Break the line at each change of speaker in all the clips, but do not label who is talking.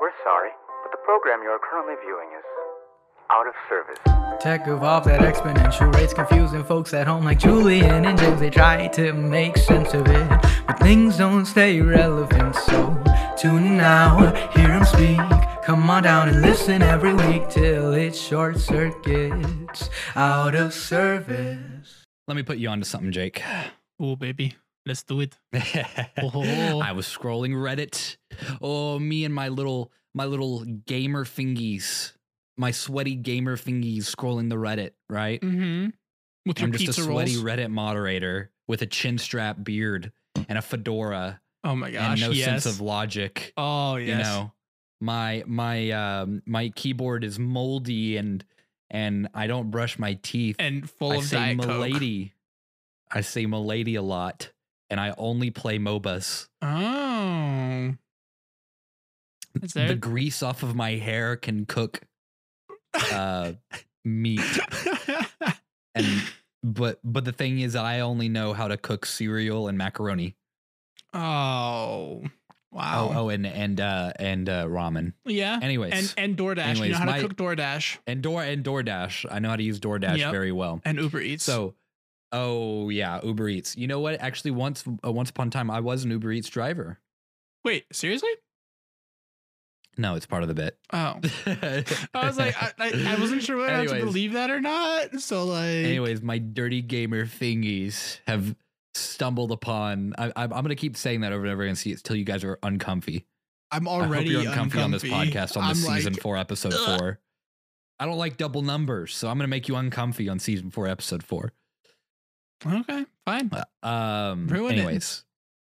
We're sorry, but the program you are currently viewing is out of service.
Tech evolved at exponential rates, confusing folks at home like Julian and James. They try to make sense of it, but things don't stay relevant. So tune in now, hear him speak. Come on down and listen every week till it short circuits out of service.
Let me put you onto something, Jake.
Oh, baby. Let's do it. Oh.
I was scrolling Reddit. Oh, me and my little my little gamer fingies, my sweaty gamer fingies scrolling the Reddit, right?
Mm-hmm. With your
I'm just
pizza
a sweaty
rolls.
Reddit moderator with a chin strap beard and a fedora
oh my
and
gosh.
no
yes.
sense of logic.
Oh yes.
You know, my my um my keyboard is moldy and and I don't brush my teeth.
and full
I
of
say
diet coke.
milady. I say milady a lot, and I only play MOBAs.
Oh. Is
The
there?
grease off of my hair can cook uh, meat, and but but the thing is, I only know how to cook cereal and macaroni.
oh. Wow.
Oh, oh, and and uh, and uh, ramen.
Yeah.
Anyways,
And
and,
and DoorDash. you
anyways,
know how
my-
to cook DoorDash
Door and DoorDash. I know how to use DoorDash
Yep.
very well.
and Uber Eats.
So, oh yeah, Uber Eats. You know what? Actually, once uh, once upon a time, I was an Uber Eats driver.
wait, seriously?
No, it's part of the bit.
Oh. I was like, I, I, I wasn't sure whether I had
Anyways.
to believe that or not. So like,
Anyways, my dirty gamer thingies have stumbled upon. I, I'm, I'm gonna keep saying that over and over again see, until you guys are uncomfy.
I'm
I hope
already
you're uncomfy, on this podcast on this
I'm
season
like,
four episode
"Ugh."
four. I don't like double numbers, so I'm gonna make you uncomfy on season four episode four.
Okay, fine.
Um,
Ruin it.
anyways,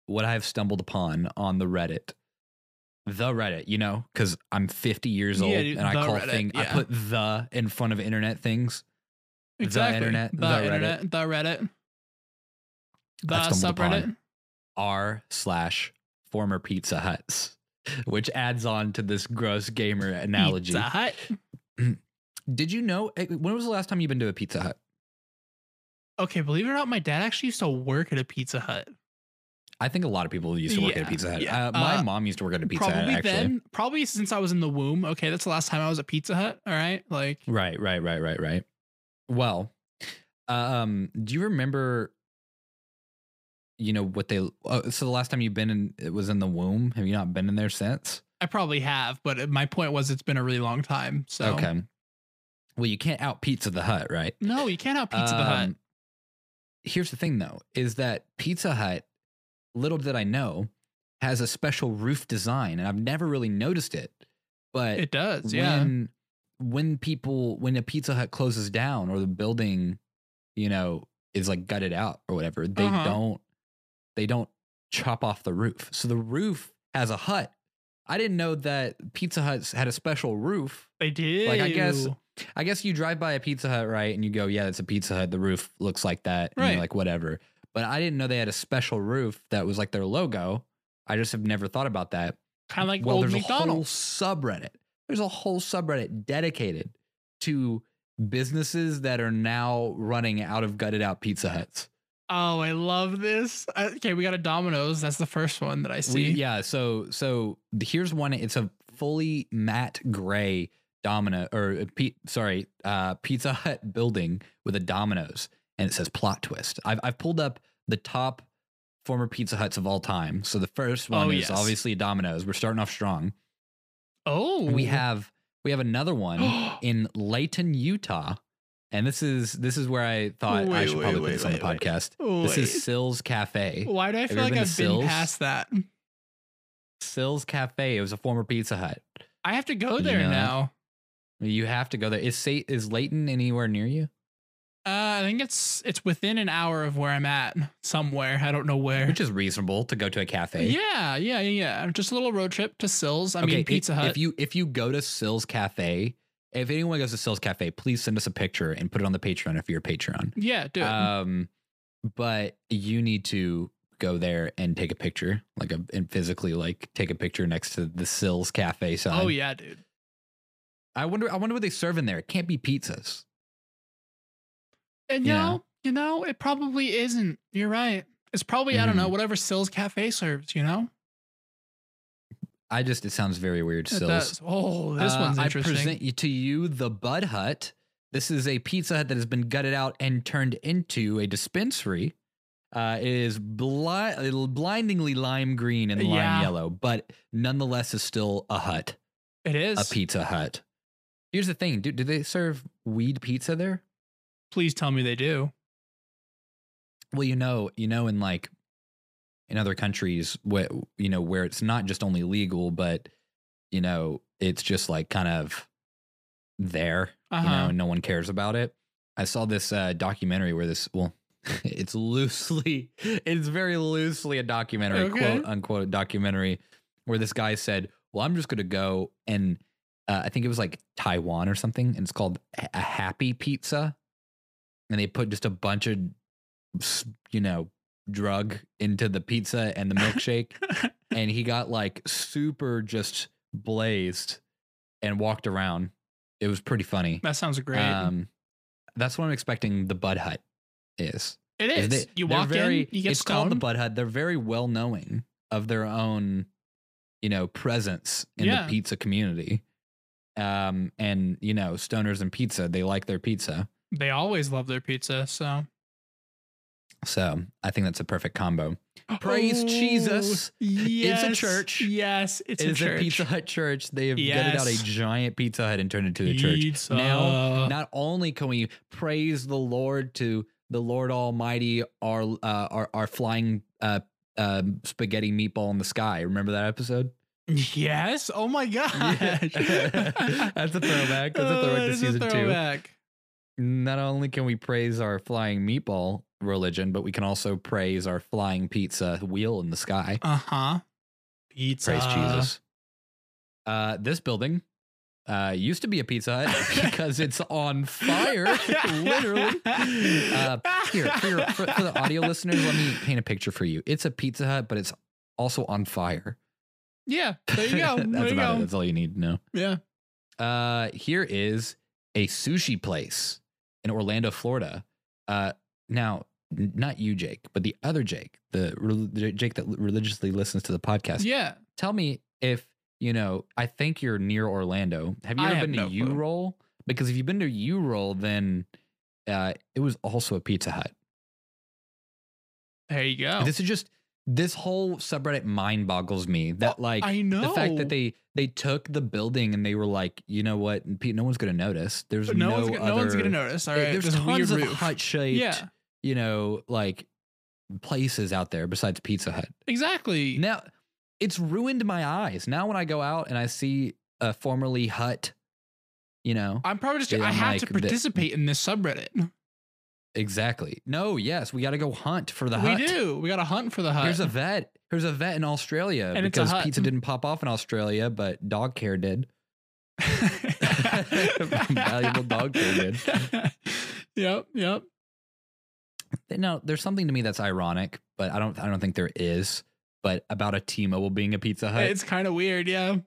what I have stumbled upon on the Reddit, the Reddit, you know, because I'm 50 years
Yeah,
old
dude,
and I
the
call
Reddit,
thing, I
yeah.
put the in front of internet things. the
Exactly.
internet,
the,
the Reddit.
internet, the Reddit, the
I've stumbled upon.
subreddit.
r slash former Pizza Huts, which adds on to this gross gamer analogy.
Pizza Hut.
Did you know eh, when was the last time you've been to a Pizza Hut?
Okay, believe it or not, my dad actually used to work at a Pizza Hut.
I think a lot of people used to work at
Yeah,
a Pizza Hut.
yeah.
Uh, my
Uh,
mom used to work at a Pizza Hut.
probably
Actually,
then, probably since I was in the womb. Okay, that's the last time I was at Pizza Hut. All right, like
Right, right, right, right, right. Well, um, do you remember? You know what they? Oh, so the last time you've been in, it was in the womb. Have you not been in there since?
I probably have, but my point was it's been a really long time. So
Okay. Well, you can't out pizza the hut, right?
no, you can't out Pizza the Hut.
Um, Here's the thing, though, is that Pizza Hut, little did I know, has a special roof design, and I've never really noticed it. But
It does, yeah.
when when people when a Pizza Hut closes down or the building, you know, is like gutted out or whatever, they
Uh-huh.
don't they don't chop off the roof. So the roof has a hut. I didn't know that Pizza Huts had a special roof.
They did.
like, I guess- I guess you drive by a Pizza Hut, right? And you go, yeah, that's a Pizza Hut. The roof looks like that. And
Right.
you're like, whatever. But I didn't know they had a special roof that was like their logo. I just have never thought about that.
kind of like
well,
old
there's
McDonald's.
a whole subreddit. There's a whole subreddit dedicated to businesses that are now running out of gutted out Pizza Huts.
Oh, I love this. I- Okay, we got a Domino's. That's the first one that I see.
We, yeah. So, so here's one. It's a fully matte gray domino or uh, pi- sorry, uh, Pizza Hut building with a dominoes, and it says plot twist. I've I've pulled up the top former Pizza Huts of all time. So the first one
Oh,
is
yes.
obviously Domino's. We're starting off strong.
Oh,
We have we have another one in Layton, Utah. And this is this is where I thought I
Wait,
should
wait,
probably put
wait,
this on the
wait, wait.
podcast. This
Wait.
is Sills Cafe.
Why do I
Have
feel
you
like
ever been to
I've
Sills?
been past that?
Sills Cafe. It was a former Pizza Hut.
I have to go
You
there
know?
now.
You have to go there. Is Sa- is Layton anywhere near you?
Uh, I think it's it's within an hour of where I'm at somewhere. I don't know where.
Which is reasonable to go to a cafe.
yeah, yeah, yeah, yeah. Just a little road trip to Sills. I
Okay,
mean Pizza
if,
Hut.
If you if you go to Sills Cafe, if anyone goes to Sills Cafe, please send us a picture and put it on the Patreon if you're a Patreon.
yeah, do it.
Um, but you need to go there and take a picture, like a and physically like take a picture next to the Sills Cafe sign.
oh yeah, dude.
I wonder. I wonder what they serve in there. It can't be pizzas.
And
you
you
know.
know, you know, it probably isn't.
Mm-hmm.
You're right. It's probably I don't know
Mhm.
whatever Sills Cafe serves. You know.
I just it sounds very weird.
It
Sills.
does. Oh, this
Uh,
one's
I
interesting.
present you- to you the Bud Hut. This is a Pizza Hut that has been gutted out and turned into a dispensary. Uh, it is bli- blindingly lime green and lime
Yeah.
yellow, but nonetheless is still a hut,
it is.
a Pizza Hut. Here's the thing, dude. Do they serve weed pizza there?
Please tell me they do.
Well, you know, you know, in like in other countries, where you know where it's not just only legal, but you know, it's just like kind of there. you know,
Uh-huh.
and no one cares about it. I saw this uh, documentary where this, well, it's loosely, it's very loosely a documentary,
Okay.
quote unquote documentary, where this guy said, "Well, I'm just going to go and uh, I think it was like Taiwan or something, and it's called a a Happy Pizza, and they put just a bunch of, s- you know, drug into the pizza and the milkshake,
Uh-huh.
and he got like super just blazed and walked around. It was pretty funny.
That sounds great.
Um, that's what I'm expecting the Bud Hut is.
it
Is
is.
they-
you
they're
walk
very-
in, you get
it's called the
stoned.
Bud Hut. They're very well knowing of their own, you know, presence in
Yeah.
the pizza community. Um, and you know, stoners and pizza, they like their pizza.
They always love their pizza. So
So I think that's a perfect combo. Praise
Oh,
Jesus.
Yes,
church.
Yes, it's
It's
a church.
Pizza Hut church. They have gutted out
Yes.
a giant Pizza Hut and turned it into a church.
Pizza.
Now,
Uh,
not only can we praise the Lord to the Lord Almighty, our uh, our, our flying uh, um spaghetti meatball in the sky. Remember that episode?
yes. Oh my gosh.
Yeah. That's a throwback. That's a
Oh,
throwback
that
to
is a
season two.
throwback.
Not only can we praise our flying meatball religion, but we can also praise our flying pizza wheel in the sky.
Uh huh. Pizza.
Praise Jesus. Uh, this building uh, used to be a Pizza Hut because it's on fire, literally. Uh, here for, your, for, for the audio listeners let me paint a picture for you it's a pizza hut but it's also on fire
Yeah, there you go.
that's
there you
about
go.
it that's all you need to know
Yeah.
uh here is a sushi place in orlando florida uh now n- not you jake but the other jake the rel- the jake that religiously listens to the podcast
Yeah.
tell me if you know i think you're near orlando have you
I
ever
have
been
no
to
clue.
u-roll because if you've been to u-roll then uh it was also a pizza hut
There you go.
This is just this whole subreddit mind boggles me that like
I know
the fact that they they took the building and they were like, you know what, Pete, no one's gonna notice. There's no,
no, one's, gonna-
other,
no one's gonna notice. All right.
there's
this
tons
weird
of
roof.
hut shaped,
Yeah.
you know, like places out there besides Pizza Hut.
Exactly.
Now it's ruined my eyes. Now when I go out and I see a formerly hut, you know,
I'm probably just.
Yeah,
I
I'm
have to
like, the-
participate in this subreddit.
exactly. No, yes, we got to go hunt for the
we
hut.
do. We got to hunt for the hut.
Here's a vet. Here's a vet in Australia
And it's a
because
hut.
pizza didn't pop off in Australia, but dog care did. Valuable dog food,
Yep. Yep.
No, there's something to me that's ironic, but I don't. I don't think there is. But about a T-Mobile being a Pizza Hut, it's,
It's kind of weird. Yeah.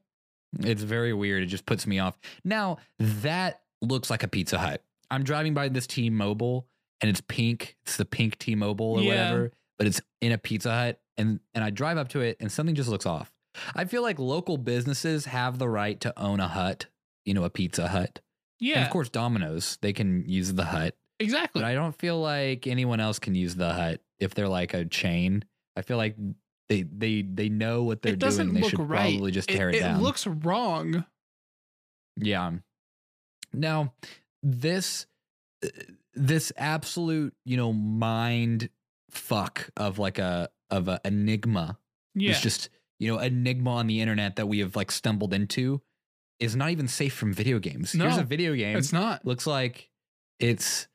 very weird. It just puts me off. Now that looks like a Pizza Hut. I'm driving by this T-Mobile and it's pink. It's the pink T-Mobile or
Yeah.
whatever, but it's in a Pizza Hut, and and I drive up to it, and something just looks off. I feel like local businesses have the right to own a hut, you know, a Pizza Hut.
Yeah.
And of course, Domino's, they can use the hut,
Exactly.
but I don't feel like anyone else can use the hut if they're like a chain. I feel like they they they know what they're
it doesn't
doing. They
look
should
right.
probably just tear it,
it,
down.
It looks wrong.
yeah. Now, this uh, this absolute, you know, mind fuck of like a of a enigma
Yeah.
it's just you know enigma on the internet that we have like stumbled into is not even safe from video games. Here's
No,
a video game
it's not.
looks like it's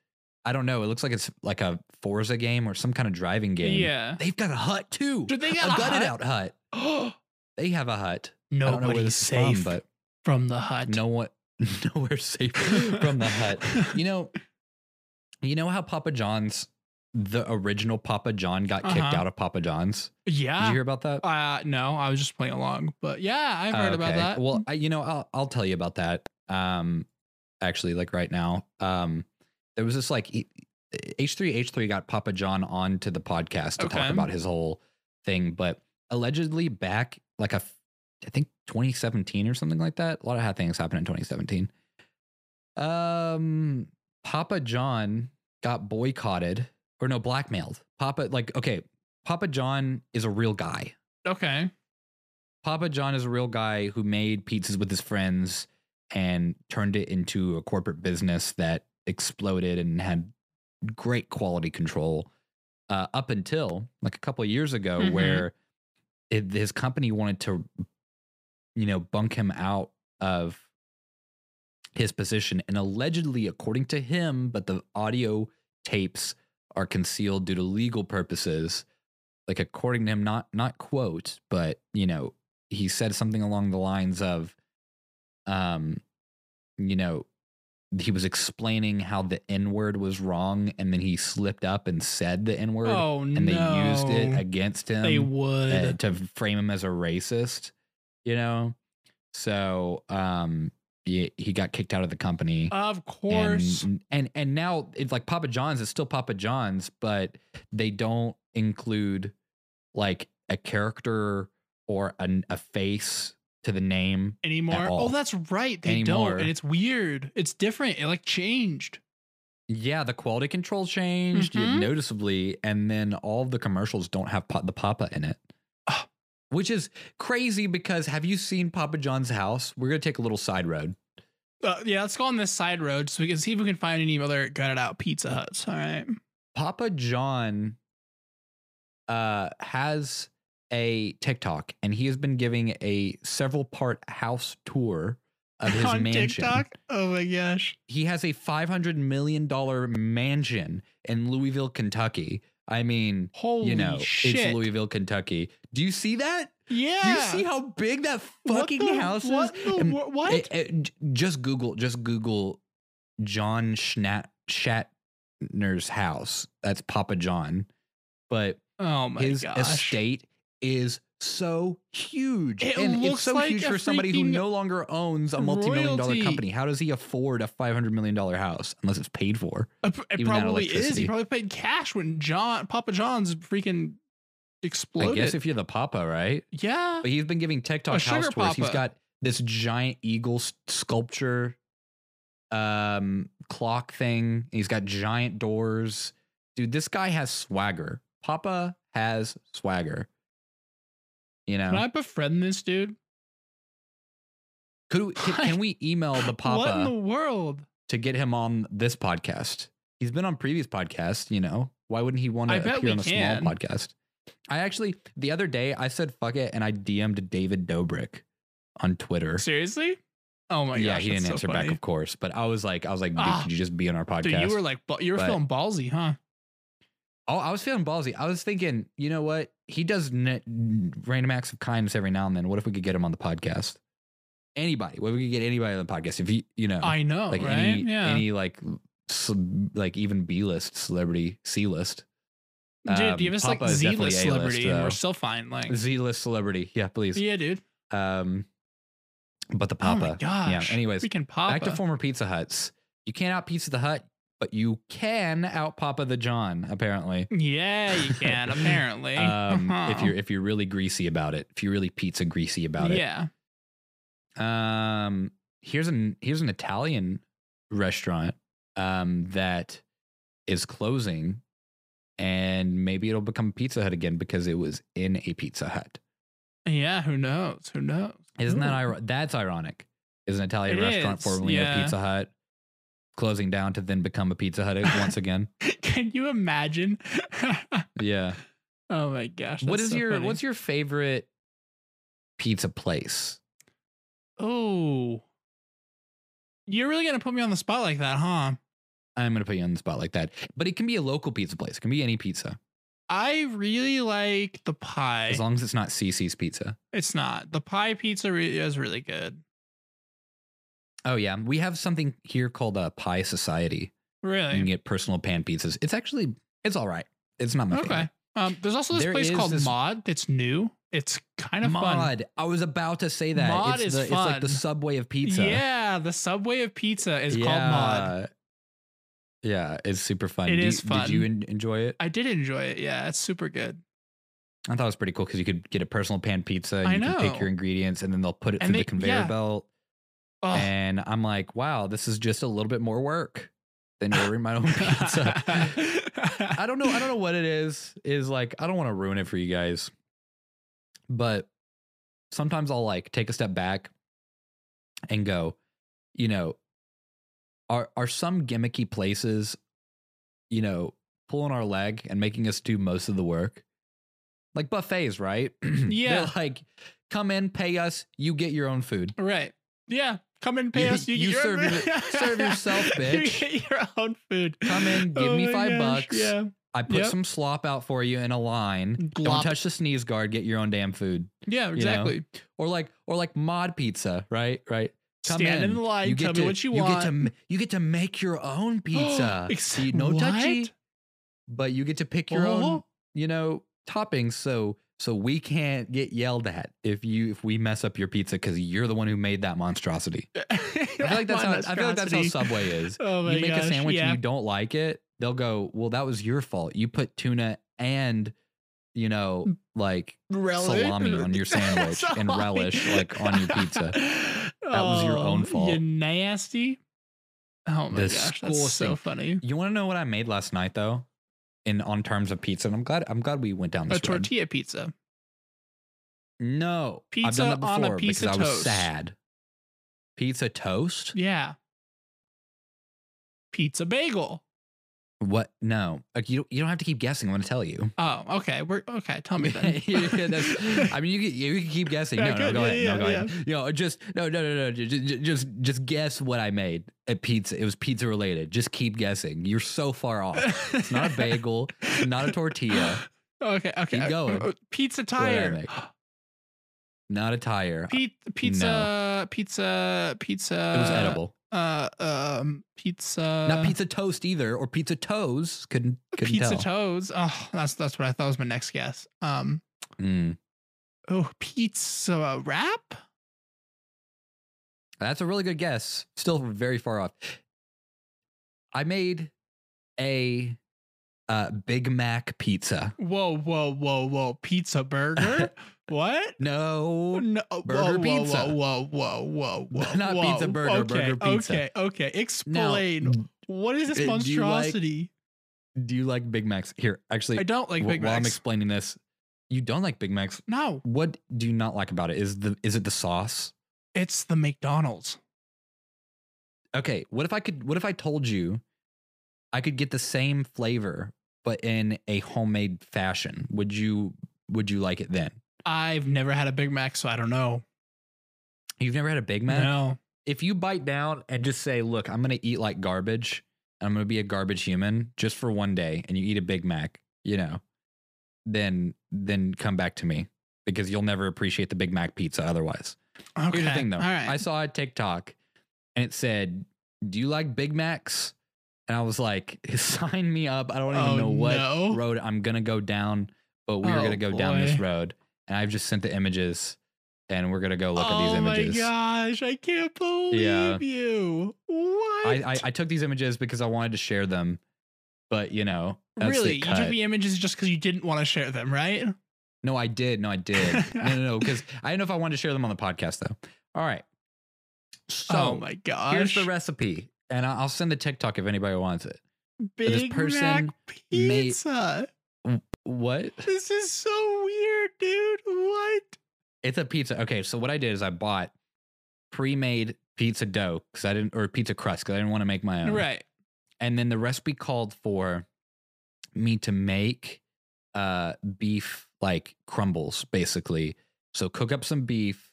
I don't know. It looks like it's like a Forza game or some kind of driving game.
Yeah.
they've got a hut too.
Dude, they got
a
a
gutted
hut?
out hut. They have a hut. I don't know where
Nobody's
this is from,
safe
but
from the hut.
no one, nowhere safe from the hut. You know, you know how Papa John's, the original Papa John, got kicked
Uh-huh.
out of Papa John's. Did you
Yeah.
hear about that?
Uh, no, I was just playing along, but yeah, I've heard about
Okay.
that.
Well, I, you know, I'll I'll tell you about that. Um, actually, like right now, um, there was this like e, H three H three got Papa John onto the podcast to
Okay.
talk about his whole thing, but allegedly back like a f- I think 2017 or something like that. A lot of hot things happened in 2017. Um, Papa John got boycotted or no blackmailed. Papa like okay, Papa John is a real guy.
Okay.
Papa John is a real guy who made pizzas with his friends and turned it into a corporate business that exploded and had great quality control uh, up until like a couple of years ago
Mhm.
where it, his company wanted to you know bunk him out of his position and allegedly according to him but the audio tapes are concealed due to legal purposes like according to him not not quote but you know he said something along the lines of um you know he was explaining how the n word was wrong and then he slipped up and said the n word
Oh no.
and they used it against him
They
uh,
would.
to frame him as a racist you know so um he, he got kicked out of the company
of
and,
course.
and and now it's like Papa John's. It's still Papa John's, but they don't include like a character or an, a face to the name.
anymore.
all.
Oh, that's right. They
Anymore.
don't. And it's weird. It's different. It like changed.
Yeah, the quality control changed
Mhm.
noticeably, and then all of the commercials don't have pa- the Papa in it. Ah, Which is crazy because have you seen Papa John's house? We're gonna take a little side road.
Uh, yeah, let's go on this side road so we can see if we can find any other gutted out Pizza Huts. All right.
Papa John uh has a TikTok and he has been giving a several part house tour of his
on
mansion.
TikTok. Oh my gosh.
He has a 500 million dollar mansion in Louisville, Kentucky. I mean,
Holy
you know,
shit.
it's Louisville, Kentucky. Do you see that?
Yeah.
Do you see how big that
What
fucking
the-
house is?
What? the
And
wor- what?
it- it- j- just Google, just Google John Schnat, Shatner's house. That's Papa John. But
oh my
his
gosh.
estate is so huge.
It
and it's
looks
so
like
huge
a
for somebody who
freaking
no longer owns a multi million dollar
royalty.
company. How does he afford a $500 million house unless it's paid for?
It, Uh, pr- it
even that
probably is.
electricity.
He probably paid cash when John Papa John's freaking exploded.
I guess if you're the Papa, right?
yeah.
But he's been giving TikTok
Oh, sugar
house tours. He's
papa.
got this giant eagle s- sculpture um clock thing. He's got giant doors. Dude, this guy has swagger. Papa has swagger. You know,
Can I befriend this dude?
could we, can, can we email the
What in
Papa
the world?
to get him on this podcast? He's been on previous podcasts, you know. Why wouldn't he want to
I bet
appear
we
on a
can.
small podcast? I actually the other day I said fuck it and I DM'd David Dobrik on Twitter.
Seriously? Oh my
yeah,
gosh.
he didn't
that's so
answer
funny.
back, of course. But I was like, I was like, dude,
Ah.
could you just be on our podcast?
Dude, you were like, ba- you were
But-
feeling ballsy, huh?
oh, I was feeling ballsy. I was thinking, you know what? He does n- random acts of kindness every now and then. What if we could get him on the podcast? Anybody? What if we could get anybody on the podcast? If you, you know,
I know,
like
right?
any,
yeah.
any like, ce- like even B list celebrity, C list,
dude,
um,
give us
Papa
like
is
Z
definitely
list
A-list,
celebrity and
though.
we're still fine. Like,
Z list celebrity. Yeah, please.
yeah, dude.
Um, but the
Oh
Papa.
my gosh.
Yeah. Anyways,
we can Papa.
Back to former Pizza Huts. You can't out Pizza the Hut, but you can out Papa the John, apparently.
Yeah, you can, apparently.
Um,
Uh-huh.
If you're if you're really greasy about it, if you're really pizza greasy about it.
Yeah.
Um, here's an here's an Italian restaurant um, that is closing, and maybe it'll become Pizza Hut again because it was in a Pizza Hut.
Yeah, who knows? Who knows?
Isn't that
Ooh.
ir- that's ironic? Is an Italian
It
restaurant
is,
formerly a
yeah.
Pizza Hut closing down to then become a Pizza Hut once again?
Can you imagine?
Yeah.
oh my gosh.
what
that's
is
so
your
funny.
what's your favorite pizza place?
Oh. You're really gonna put me on the spot like that, huh?
I'm gonna put you on the spot like that. But it can be a local pizza place. It can be any pizza.
I really like the pie.
As long as it's not CC's pizza.
It's not. The pie pizza re- is really good.
Oh yeah. We have something here called a pie society. You
Really?
can get personal pan pizzas. It's actually it's all right. It's not my
Okay.
favorite.
Um, there's also this
There
place
is
called
this-
Mod that's new. It's kind of fun.
Mod. I was about to say that.
Mod
it's
is
the, It's like the
fun.
subway of pizza.
Yeah, the subway of pizza is called Mod.
Yeah. Yeah, it's super fun.
It
It is
is
Did you en-
fun.
enjoy it?
I did enjoy it. Yeah, it's super good.
I thought it was pretty cool because you could get a personal pan pizza. And
I
you can pick
know.
your ingredients, and then they'll put it
And
through
they-
the conveyor
yeah.
belt.
Oh.
And I'm like, wow, this is just a little bit more work than ordering my own pizza. I don't know. I don't know what it is. Is like I don't want to ruin it for you guys, but sometimes I'll like take a step back and go, you know, are are some gimmicky places, you know, pulling our leg and making us do most of the work, like buffets, right?
Yeah.
They're like come in, pay us, you get your own food.
Right. Yeah. Come and pay
You-
us.
you
get your own
serve
food.
your- serve yourself, bitch.
you get your own food. Oh
Come in, give me
my
five bucks.
Yeah.
I put
Yep.
some slop out for you in a line. Don't
Glop.
touch the sneeze guard. Get your own damn food.
Yeah, exactly.
Or like, or like mod pizza, right? Right.
Stand in the line, tell me
to,
what you
get to
want.
m- you get to make your own pizza.
Ex-
See, no
what?
touchy, but you get to pick your own,
Oh.
you know, toppings. So so we can't get yelled at if you if we mess up your pizza because you're the one who made that monstrosity.
I
I feel like that's how I feel like that's how Subway is.
Oh my
you make
gosh.
a sandwich
yeah.
and you don't like it, they'll go, "Well, that was your fault. You put tuna and you know, like
Relish.
salami on your sandwich and
Salami.
relish, like, on your pizza. was your own
Oh, You
fault.
nasty. Oh my gosh, that's so
Disgusting.
funny.
You want to know what I made last night though? In on terms of pizza, and I'm glad I'm glad we went down this
A
road.
tortilla pizza.
No, I've
Pizza
done that before
on a piece
because
of
I was
toast.
sad. Pizza toast?
Yeah. Pizza bagel.
What? No, like you don't, you don't have to keep guessing. I'm going to tell you.
Oh, okay. We're okay. Tell me
Yeah,
then.
yeah, that's- I mean, you can, you can keep guessing. No,
Yeah,
no,
good.
go
Yeah,
ahead. no,
yeah,
go ahead. You know, just no, no, no, no. Just, just, just guess what I made. A pizza. It was pizza related. Just keep guessing. You're so far off. It's not a bagel. it's not a tortilla.
Okay, okay.
Keep going.
Uh, Pizza
I
tire.
make? Not a tire.
Pe- pizza, pizza, pizza.
it was edible.
Uh, um, pizza.
Not pizza toast either, or pizza toes. Couldn't couldn't
Pizza
tell.
toes. Oh, that's that's what I thought was my next guess. Um,
Mm.
oh, pizza wrap.
That's a really good guess. Still very far off. I made a uh, Big Mac pizza.
Whoa, whoa, whoa, whoa! Pizza burger. what?
No,
No,
Burger
uh, whoa,
pizza.
Whoa, whoa, whoa, whoa, whoa!
Not
whoa.
pizza burger,
Okay,
burger pizza.
Okay, okay.
Now,
Explain.
d-
what is
uh, do
this
you like-
monstrosity?
do you like Big Macs? Here, actually,
I don't like
wh-
Big
while I'm
Macs.
explaining this, you don't like Big Macs.
No,
What do you not like about it? Is the is it the sauce?
it's the McDonald's.
Okay, what if I could? What if I told you I could get the same flavor but in a homemade fashion? Would you would you like it then?
I've never had a Big Mac, so I don't know.
You've never had a Big Mac.
No.
If you bite down and just say, "Look, I'm gonna eat like garbage. And I'm gonna be a garbage human just for one day," and you eat a Big Mac, you know, then then come back to me because you'll never appreciate the Big Mac pizza otherwise.
Okay.
Here's the thing, though.
All right.
I saw a TikTok and it said, "Do you like Big Macs?" And I was like, "Sign me up! I don't even
Oh,
know what
no.
road I'm gonna go down, but we're
Oh,
gonna go down this
boy.
road." And I've just sent the images, and we're gonna go look at
oh
these images.
my gosh! I can't believe
Yeah.
you. What?
I, I I took these images because I wanted to share them, but you know, that's
really?
it,
You
cut.
took the images just because you didn't want to share them, right?
No, I did. No, I did. no, no, no, because I didn't know if I wanted to share them on the podcast though. All right. So
oh my gosh!
here's the recipe, and I- I'll send the TikTok if anybody wants it.
Big
this person
Mac
may-
pizza.
What?
This is so weird, dude. What?
It's a pizza. Okay, so what I did is I bought pre-made pizza dough because I didn't, or pizza crust because I didn't want to make my own.
Right.
And then the recipe called for me to make uh beef like crumbles, basically. So cook up some beef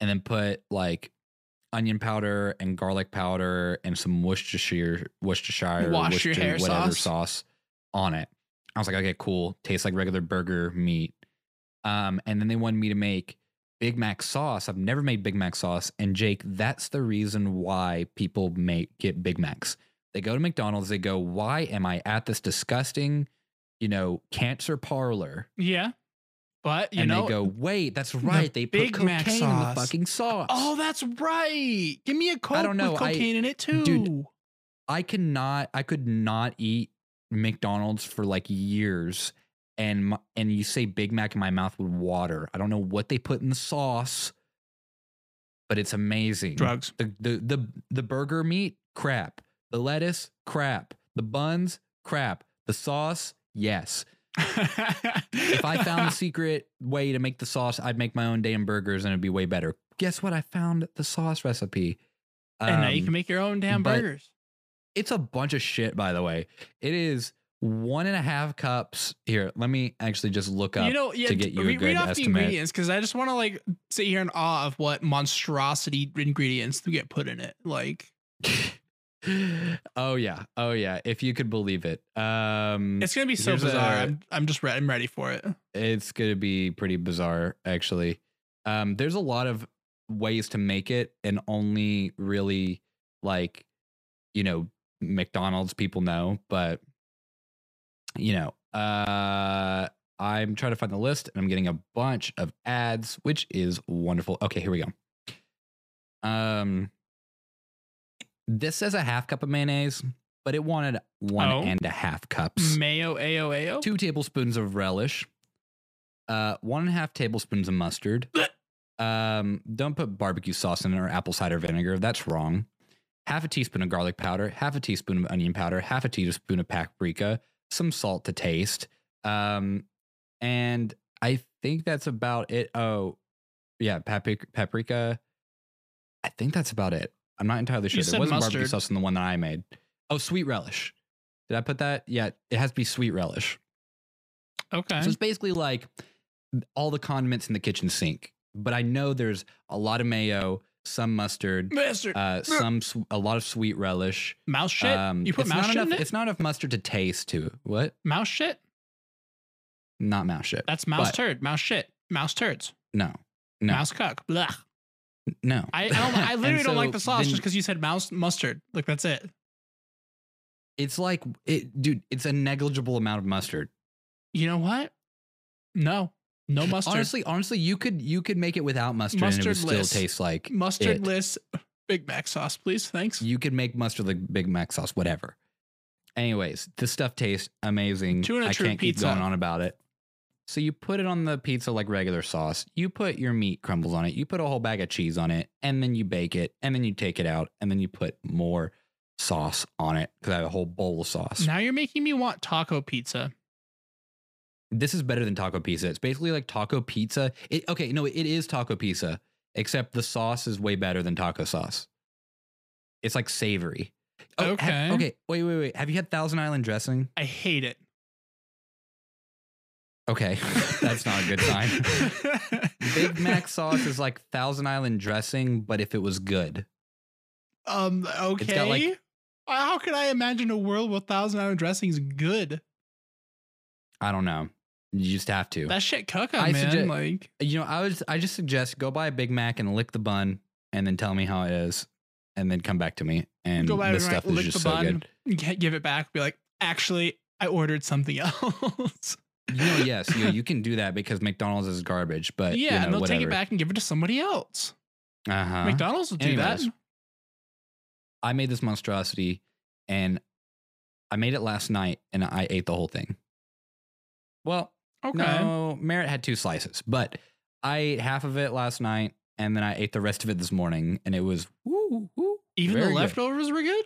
and then put like onion powder and garlic powder and some Worcestershire, Worcestershire,
Wash your
Worcester-
hair
whatever
sauce.
sauce on it. I was like, okay, cool. Tastes like regular burger meat. Um, and then they wanted me to make Big Mac sauce. I've never made Big Mac sauce. And Jake, that's the reason why people make get Big Macs. They go to McDonald's, they go, why am I at this disgusting, you know, cancer parlor?
Yeah. But you
and
know,
they go, wait, that's right. they put
Big
cocaine
Mac
in the
sauce.
fucking sauce.
oh, that's right. Give me a coke
don't know,
with
I-
cocaine in it too.
dude, I cannot, I could not eat McDonald's for like years. and my, and you say Big Mac and my mouth would water. I don't know what they put in the sauce, but it's amazing.
Drugs.
The the the the burger meat crap. The lettuce crap. The buns crap. The sauce yes. If I found the secret way to make the sauce, I'd make my own damn burgers and it'd be way better. Guess what? I found the sauce recipe.
and now you
Um,
can make your own damn
but-
burgers.
it's a bunch of shit, by the way. It is one and a half cups. Here, let me actually just look up.
You know, yeah,
to get you a
re-
good
read off
estimate.
the ingredients because I just want to like sit here in awe of what monstrosity ingredients do get put in it. Like
oh yeah, oh yeah. If you could believe it, um,
it's gonna be so
Here's a-
bizarre. I'm, I'm just re- I'm ready for it.
it's gonna be pretty bizarre actually um there's a lot of ways to make it and only really like you know mcdonald's people know but you know uh i'm trying to find the list and i'm getting a bunch of ads which is wonderful okay here we go um this says a half cup of mayonnaise but it wanted one
Oh.
and a half cups
Mayo, ayo, ayo.
two tablespoons of relish, uh, one and a half tablespoons of mustard. um, don't put barbecue sauce in it or apple cider vinegar. That's wrong. Half a teaspoon of garlic powder, half a teaspoon of onion powder, half a teaspoon of paprika, some salt to taste. Um, and I think that's about it. Oh, yeah, paprika. paprika. I think that's about it. I'm not entirely sure.
You
There
said
wasn't barbecue
mustard.
sauce in the one that I made. Oh, sweet relish. Did I put that? Yeah, it has to be sweet relish.
Okay.
So it's basically like all the condiments in the kitchen sink. But I know there's a lot of mayo, some mustard,
Mustard.
uh, some s- a lot of sweet relish. um,
mouse shit. you put
it's
mouse
not
shit
enough,
in it.
It's not enough mustard to taste to it. What?
mouse shit.
Not mouse shit.
That's mouse
But-
turd. Mouse shit. Mouse turds.
No, No.
Mouse cuck. Blah.
no.
I I, don't, I
And
literally don't like
so
the sauce
then
just because you said mouse mustard. Like that's it.
It's like, it, dude, it's a negligible amount of mustard.
You know what? No, no mustard.
Honestly, honestly, you could you could make it without mustard, and it would still
Mustardless.
taste like it.
mustardless Big Mac sauce, please. Thanks.
You could make mustard like Big Mac sauce, whatever. Anyways, this stuff tastes amazing.
Tuna
I
true
can't keep
pizza.
going on about it. So you put it on the pizza like regular sauce. You put your meat crumbles on it. You put a whole bag of cheese on it, and then you bake it, and then you take it out, and then you put more sauce on it because I have a whole bowl of sauce.
Now you're making me want taco pizza.
this is better than taco pizza. It's basically like taco pizza. It, okay, no, it is taco pizza, except the sauce is way better than taco sauce. It's like savory. Oh, ha-
Okay.
okay. Wait, wait, wait. Have you had Thousand Island dressing?
I hate it.
Okay, that's not a good sign. Big Mac sauce is like Thousand Island dressing, but if it was good,
Um. Okay.
got, like-
How could I imagine a world where Thousand Island dressing is good?
I don't know. You just have to.
That shit, cucka,
I
man.
suggest-
like,
you know, I was. I just suggest go buy a Big Mac and lick the bun, and then tell me how it is, and then come back to me. And
go buy
this
it, right,
stuff is
lick
just
the
so
bun,
good.
g- give it back, be like, actually, I ordered something else.
You know, yes, you, you can do that because McDonald's is garbage, but
yeah,
you know,
and they'll
whatever.
take it back and give it to somebody else.
Uh huh.
McDonald's will do
Anyways.
that.
I made this monstrosity, and I made it last night, and I ate the whole thing. Well,
Okay.
No, Merritt had two slices, but I ate half of it last night, and then I ate the rest of it this morning, and it was woo, woo,
Even
very
the
good.
leftovers were good.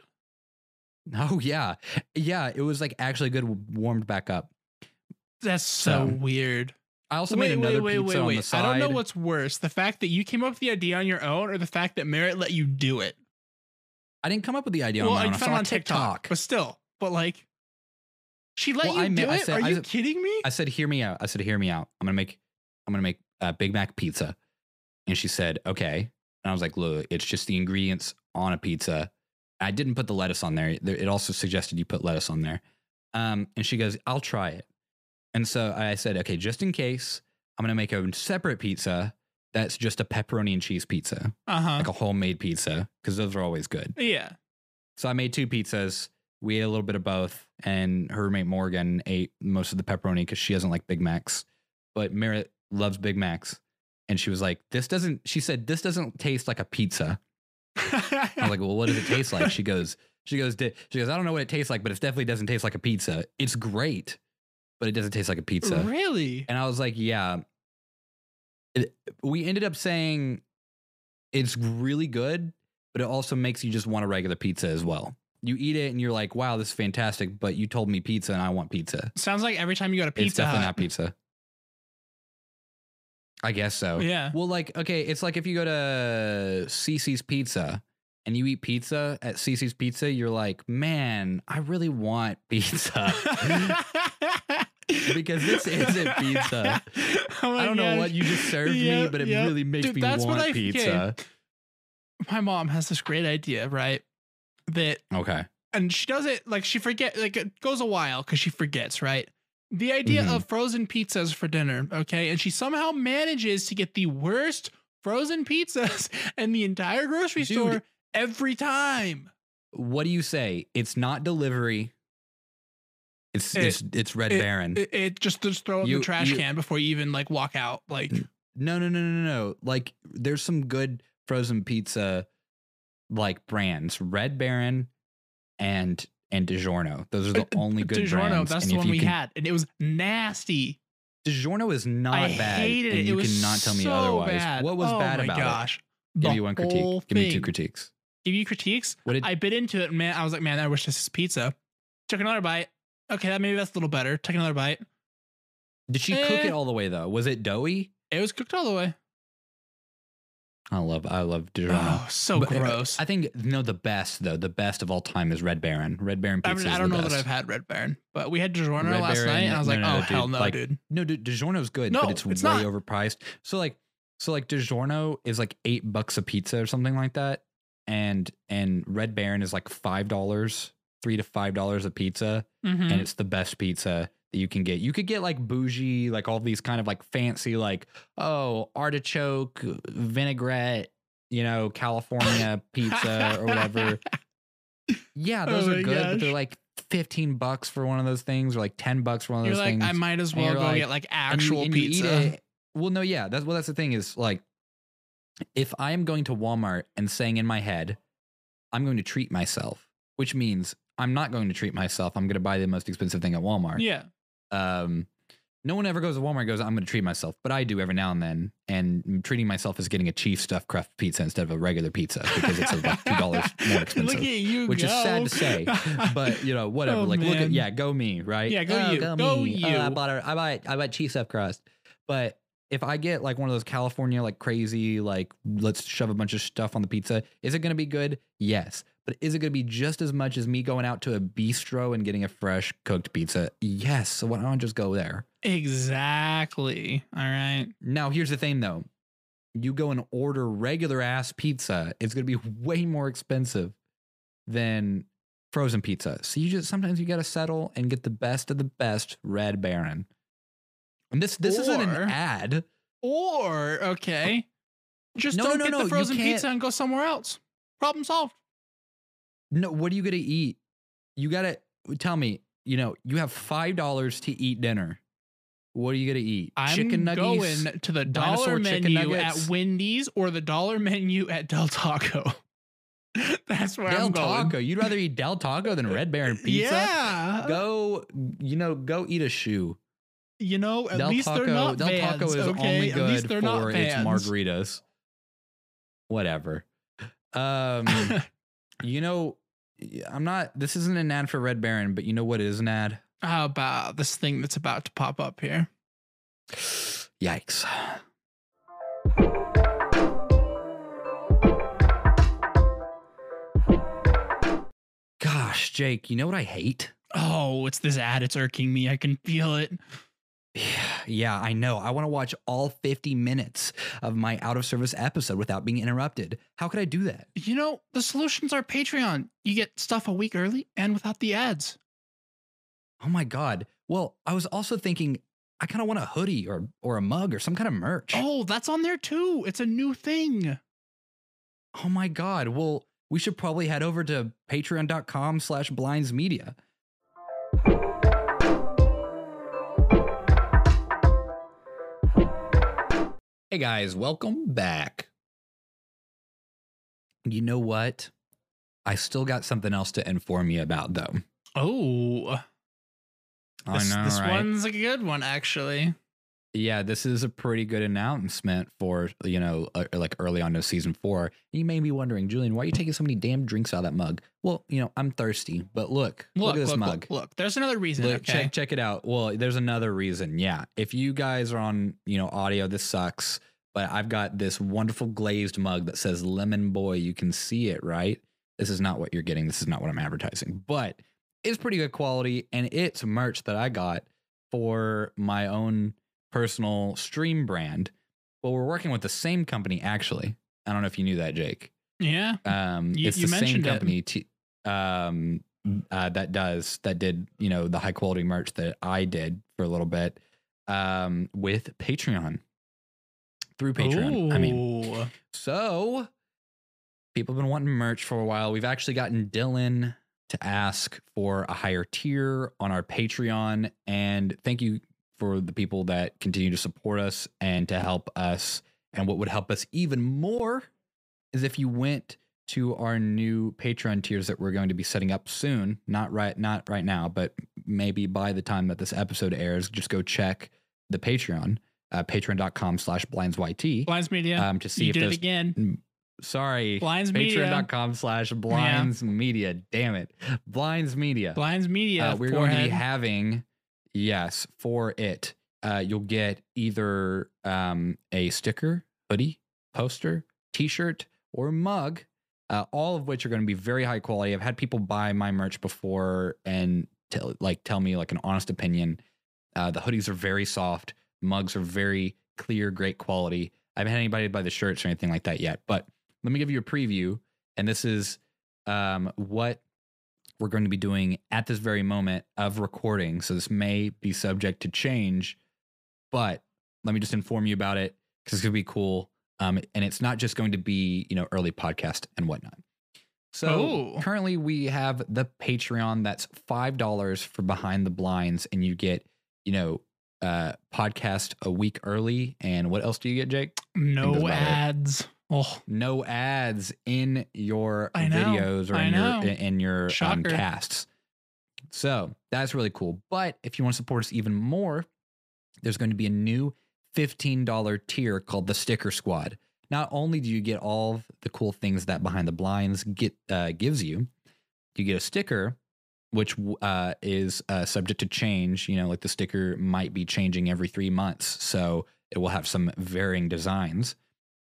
Oh yeah, yeah, it was like actually good, w- warmed back up.
That's so,
So,
weird.
I also made another pizza on the side.
I don't know what's worse: the fact that you came up with the idea on your own, or the fact that Merritt let you do it.
I didn't come up with the idea
well,
on my own.
I
I
found
saw
it
it
on TikTok, but still, but like, she let
Well,
you
I
do
meant- I
it.
said-
Are
I
you
said-
kidding me?
I said, "Hear me out." I said, "Hear me out." I'm gonna make, I'm gonna make a Big Mac pizza, and she said, "Okay." And I was like, "Look, it's just the ingredients on a pizza." I didn't put the lettuce on there. There- It also suggested you put lettuce on there. Um, and she goes, "I'll try it." And so I said, "Okay, just in case, I'm gonna make a separate pizza that's just a pepperoni and cheese pizza,
Uh huh.
like a homemade pizza, because those are always good."
Yeah.
So I made two pizzas. We ate a little bit of both, and her roommate Morgan ate most of the pepperoni because she doesn't like Big Macs. But Merritt loves Big Macs, and she was like, "This doesn't." She said, "This doesn't taste like a pizza." I was like, "Well, what does it taste like?" She goes, "She goes, "Di- she goes. I don't know what it tastes like, but it definitely doesn't taste like a pizza. It's great." but it doesn't taste like a pizza.
Really?
And I was like, yeah. It- we ended up saying it's really good, but it also makes you just want a regular pizza as well. You eat it and you're like, wow, this is fantastic, but you told me pizza and I want pizza.
Sounds like every time you go to
it's
Pizza
definitely
Hut.
not pizza. I guess so.
Yeah.
Well, like, okay, it's like if you go to CC's Pizza and you eat pizza at CC's Pizza, you're like, man, I really want pizza. Because this isn't pizza.
Oh my
I don't know
gosh.
what you just served me,
Yep,
but it
yep.
really makes
Dude,
me
that's what
want
I- okay.
pizza.
My mom has this great idea, right? That
Okay.
and she does it like she forget like it goes a while because she forgets right the idea
Mhm.
of frozen pizzas for dinner okay and she somehow manages to get the worst frozen pizzas in the entire grocery
Dude.
store every time
What do you say? It's not delivery. It's
It-
it's it's Red
eh,
Baron.
it, it just just throw it in
You-
the trash
you-
can before you even like walk out like
no, no, no, no, no, no. Like there's some good frozen pizza like brands. Red Baron and and DiGiorno. Those are the
Uh,
only good
DiGiorno,
brands.
that's
and
the
if
one
you
we
can-
had and it was nasty
DiGiorno is not
i
bad.
hated
and
it
You
it was
cannot tell me
so
otherwise.
bad.
What was
oh
bad
my
about
gosh.
it? Give
The
you one
whole
critique. Give me two
thing.
critiques.
give you critiques
What did
I bit into it, and man. I was like, man, I wish this is pizza. Took another bite. Okay, that maybe that's a little better. Took another bite.
did she cook
eh.
it all the way though? Was it doughy?
It was cooked all the way.
I love I love DiGiorno.
Oh, so
But, uh,
gross.
I think no, the best though, the best of all time is Red Baron. Red Baron
I,
pizza.
mean,
is
I don't
the
know
best.
that I've had Red Baron, but we had DiGiorno
Red
last
Baron,
night, and I was
no,
like,
no, no,
oh
dude,
hell no,
like-
dude.
No, Di- DiGiorno's good,
No,
but it's,
it's
way
not.
overpriced. So like, so like DiGiorno is like eight bucks a pizza or something like that, and and Red Baron is like five dollars, three to five dollars a pizza,
Mhm.
and it's the best pizza that you can get. You could get like bougie, like all these kind of like fancy, like oh artichoke, vinaigrette, you know, California pizza or whatever. Yeah,
Oh
those are
my
good, but they're
gosh.
like 15 bucks for one of those things or like 10 bucks for one of
You're
those
like,
things.
I might as
and
well
you're
go
like-
get like
And you-
actual
and you eat
pizza.
it. Well, no, yeah. That's well, that's the thing is like if I am going to Walmart and saying in my head, I'm going to treat myself, which means I'm not going to treat myself. I'm going to buy the most expensive thing at Walmart.
Yeah,
Um no one ever goes to Walmart and goes, I'm going to treat myself, but I do every now and then. And treating myself is getting a chief stuffed crust pizza instead of a regular pizza because it's like $2 more expensive
Look at you
which is sad
go.
to say, but you know, whatever.
Oh,
like, look at
man.
yeah, go me, right?
Yeah, go you. Go you.
Oh, I bought a, I bought I bought cheese stuffed crust, but if I get like one of those California like crazy like let's shove a bunch of stuff on the pizza, is it going to be good? Yes, but is it going to be just as much as me going out to a bistro and getting a fresh cooked pizza? Yes. So why don't I just go there?
exactly. All right.
Now here's the thing though. You go and order regular ass pizza, it's gonna be way more expensive than frozen pizza. So you just sometimes you gotta settle and get the best of the best Red Baron. And this this isn't
Or-
an ad.
Or okay, just
No,
don't
no, no,
get
no,
the
you
frozen
can't-
pizza and go somewhere else. Problem solved.
No, what are you gonna eat? You gotta tell me, you know, you have five dollars to eat dinner. What are you gonna eat?
I'm
chicken nuggets.
going to the
dinosaur
dollar
chicken
menu
nuggets.
at Wendy's or the dollar menu at Del Taco. That's where
Del
I'm going.
Taco. You'd rather eat Del Taco than Red Baron pizza?
Yeah.
Go, you know, go eat a shoe.
You know, at
Del
least
Taco,
they're not
Del
vans,
Taco is
okay?
only
at
good
least they're not
for its
vans.
margaritas. Whatever. Um, you know, I'm not. This isn't an ad for Red Baron, but you know what is an ad?
How about this thing that's about to pop up here?
Yikes. Gosh, Jake, you know what I hate?
Oh, it's this ad. It's irking me. I can feel it.
Yeah, I know. I want to watch all 50 minutes of my out of service episode without being interrupted. How could I do that?
You know, the solution's our Patreon. You get stuff a week early and without the ads.
Oh my god. Well, I was also thinking I kind of want a hoodie or or a mug or some kind of merch.
Oh, that's on there too. It's a new thing.
Oh my god. Well, we should probably head over to patreon.com slash blinds media. Hey guys, welcome back. You know what? I still got something else to inform you about though.
Oh, This,
I know,
this
right?
one's a good one, actually.
yeah, this is a pretty good announcement for you know, uh, like early on to season four. And you may be wondering, Julian, why are you taking so many damn drinks out of that mug? Well, you know, I'm thirsty, but look, look,
Look,
at this
look,
mug.
look, look. There's another reason.
Look,
okay.
check check it out. Well, there's another reason. Yeah, if you guys are on, you know, audio, this sucks. But I've got this wonderful glazed mug that says Lemon Boy. You can see it, right? This is not what you're getting. This is not what I'm advertising. But it's pretty good quality, and it's merch that I got for my own personal stream brand. Well, we're working with the same company actually. I don't know if you knew that, Jake.
Yeah.
Um,
Mm-hmm. You-
it's
you
the same
mentioned it.
company t- um, uh, that does that did you know the high quality merch that I did for a little bit um, with Patreon through Patreon. I mean,
Ooh.
so people have been wanting merch for a while. We've actually gotten Dylan to ask for a higher tier on our Patreon. And thank you for the people that continue to support us and to help us. And what would help us even more is if you went to our new Patreon tiers that we're going to be setting up soon. Not right not right now, but maybe by the time that this episode airs, just go check the Patreon, uh, patreon.com slash blindsyt
Blinds Media.
um, to see
you
if
did
there's
it again.
sorry
Blinds Media.
patreon.com slash blinds media damn it blinds media
Blinds Media.
Uh, we're going to be
forehead.
having yes for it uh, you'll get either um, a sticker hoodie poster t-shirt or mug uh, all of which are going to be very high quality i've had people buy my merch before and tell like tell me like an honest opinion uh, the hoodies are very soft mugs are very clear great quality i haven't had anybody buy the shirts or anything like that yet but let me give you a preview and this is um, what we're going to be doing at this very moment of recording so this may be subject to change but let me just inform you about it because it's going to be cool um, and it's not just going to be you know early podcast and whatnot so
Oh.
currently we have the patreon that's five dollars for behind the blinds and you get you know uh podcast a week early and what else do you get jake
no
about it.
ads. Oh,
no ads in your
I know,
videos or
I
in
know.
your in your um,
Shocker.
casts. So that's really cool. But if you want to support us even more, there's going to be a new $15 tier called the Sticker Squad. Not only do you get all of the cool things that Behind the Blinds get uh, gives you, you get a sticker which w- uh, is uh, subject to change. You know, like the sticker might be changing every three months, so it will have some varying designs.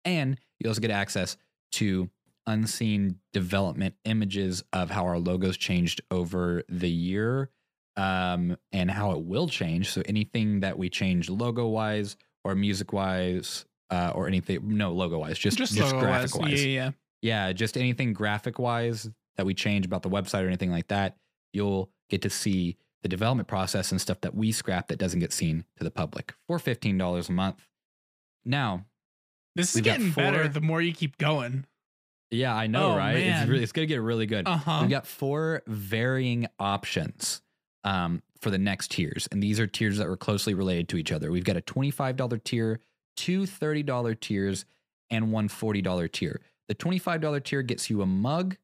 And you also get access to unseen development images of how our logos changed over the year um, and how it will change. So anything that we change logo wise or music wise uh, or anything, no logo wise, just just,
just, logo
graphic
Yeah,
wise
yeah.
yeah, just anything graphic wise that we change about the website or anything like that, you'll get to see the development process and stuff that we scrap that doesn't get seen to the public for $15 a month. Now,
This is
We've got
getting better
four-
the more you keep going.
yeah, I know,
Oh,
right?
man.
It's really it's gonna get really good.
Uh huh.
We've got four varying options um, for the next tiers. And these are tiers that were closely related to each other. We've got a $25 tier, two $30 tiers, and one $40 tier. The $25 tier gets you a mug.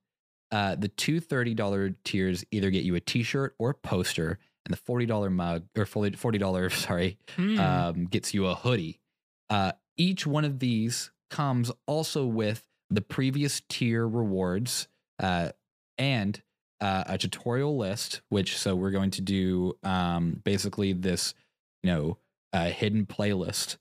Uh, the two $30 tiers either get you a t shirt or a poster. And the $40 mug or $40, $40 sorry,
Hmm.
um, gets you a hoodie. Uh, each one of these comes also with the previous tier rewards uh, and uh, a tutorial list, which so we're going to do um, basically this, you know, uh, hidden playlist